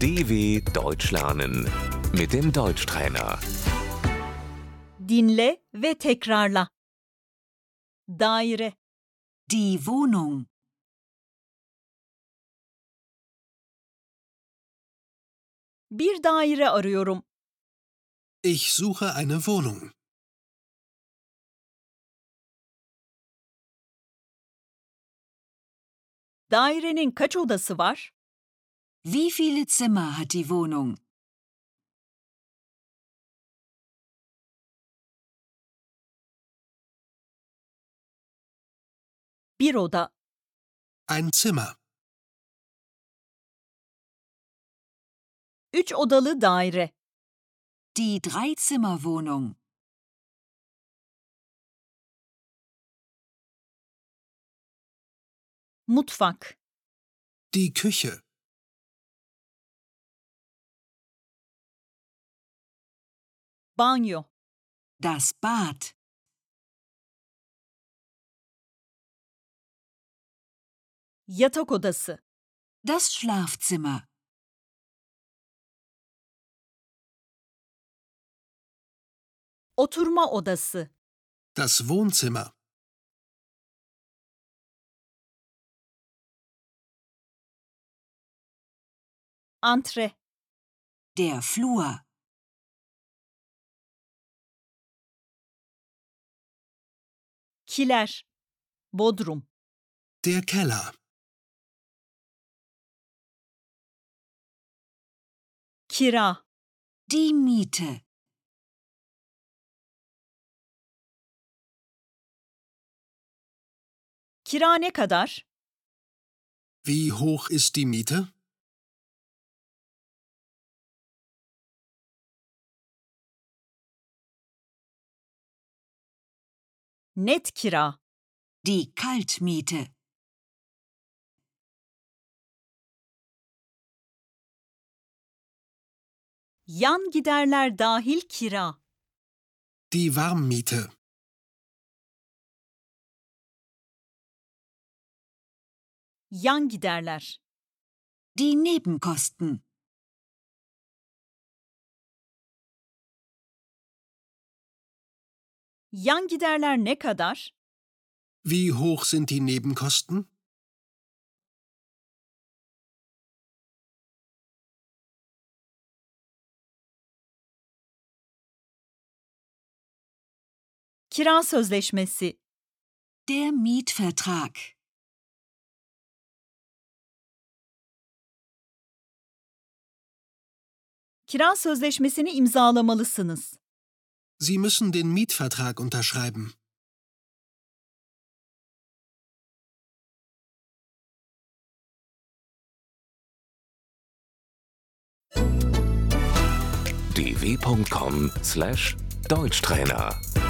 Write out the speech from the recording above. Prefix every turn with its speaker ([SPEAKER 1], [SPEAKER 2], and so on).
[SPEAKER 1] DW Deutsch lernen mit dem Deutschtrainer.
[SPEAKER 2] Dinle ve tekrarla. Daire,
[SPEAKER 3] Die Wohnung,
[SPEAKER 2] bir daire arıyorum.
[SPEAKER 4] Ich suche eine Wohnung.
[SPEAKER 2] Dairenin kaç odası var?
[SPEAKER 3] wie viele Zimmer hat die Wohnung?
[SPEAKER 2] Bir oda.
[SPEAKER 4] Ein Zimmer.
[SPEAKER 2] Üç odalı daire.
[SPEAKER 3] Die Dreizimmerwohnung,
[SPEAKER 2] Mutfak,
[SPEAKER 4] Die Küche.
[SPEAKER 2] banyo,
[SPEAKER 3] das Bad,
[SPEAKER 2] yatak odası,
[SPEAKER 3] das Schlafzimmer,
[SPEAKER 2] oturma odası,
[SPEAKER 4] Das Wohnzimmer.
[SPEAKER 2] antre,
[SPEAKER 3] der Flur,
[SPEAKER 2] kiler, bodrum,
[SPEAKER 4] Der Keller.
[SPEAKER 2] kira,
[SPEAKER 3] die Miete,
[SPEAKER 2] kira ne kadar?
[SPEAKER 4] Wie hoch ist die Miete?
[SPEAKER 2] Net kira,
[SPEAKER 3] die Kaltmiete,
[SPEAKER 2] yan giderler dahil kira,
[SPEAKER 4] Die Warmmiete.
[SPEAKER 2] yan giderler,
[SPEAKER 3] die Nebenkosten,
[SPEAKER 2] yan giderler ne kadar?
[SPEAKER 4] Wie hoch sind die Nebenkosten?
[SPEAKER 2] Kira sözleşmesi,
[SPEAKER 3] der Mietvertrag.
[SPEAKER 2] kira sözleşmesini imzalamalısınız.
[SPEAKER 4] Sie müssen den Mietvertrag unterschreiben.
[SPEAKER 1] dw.com/deutschtrainer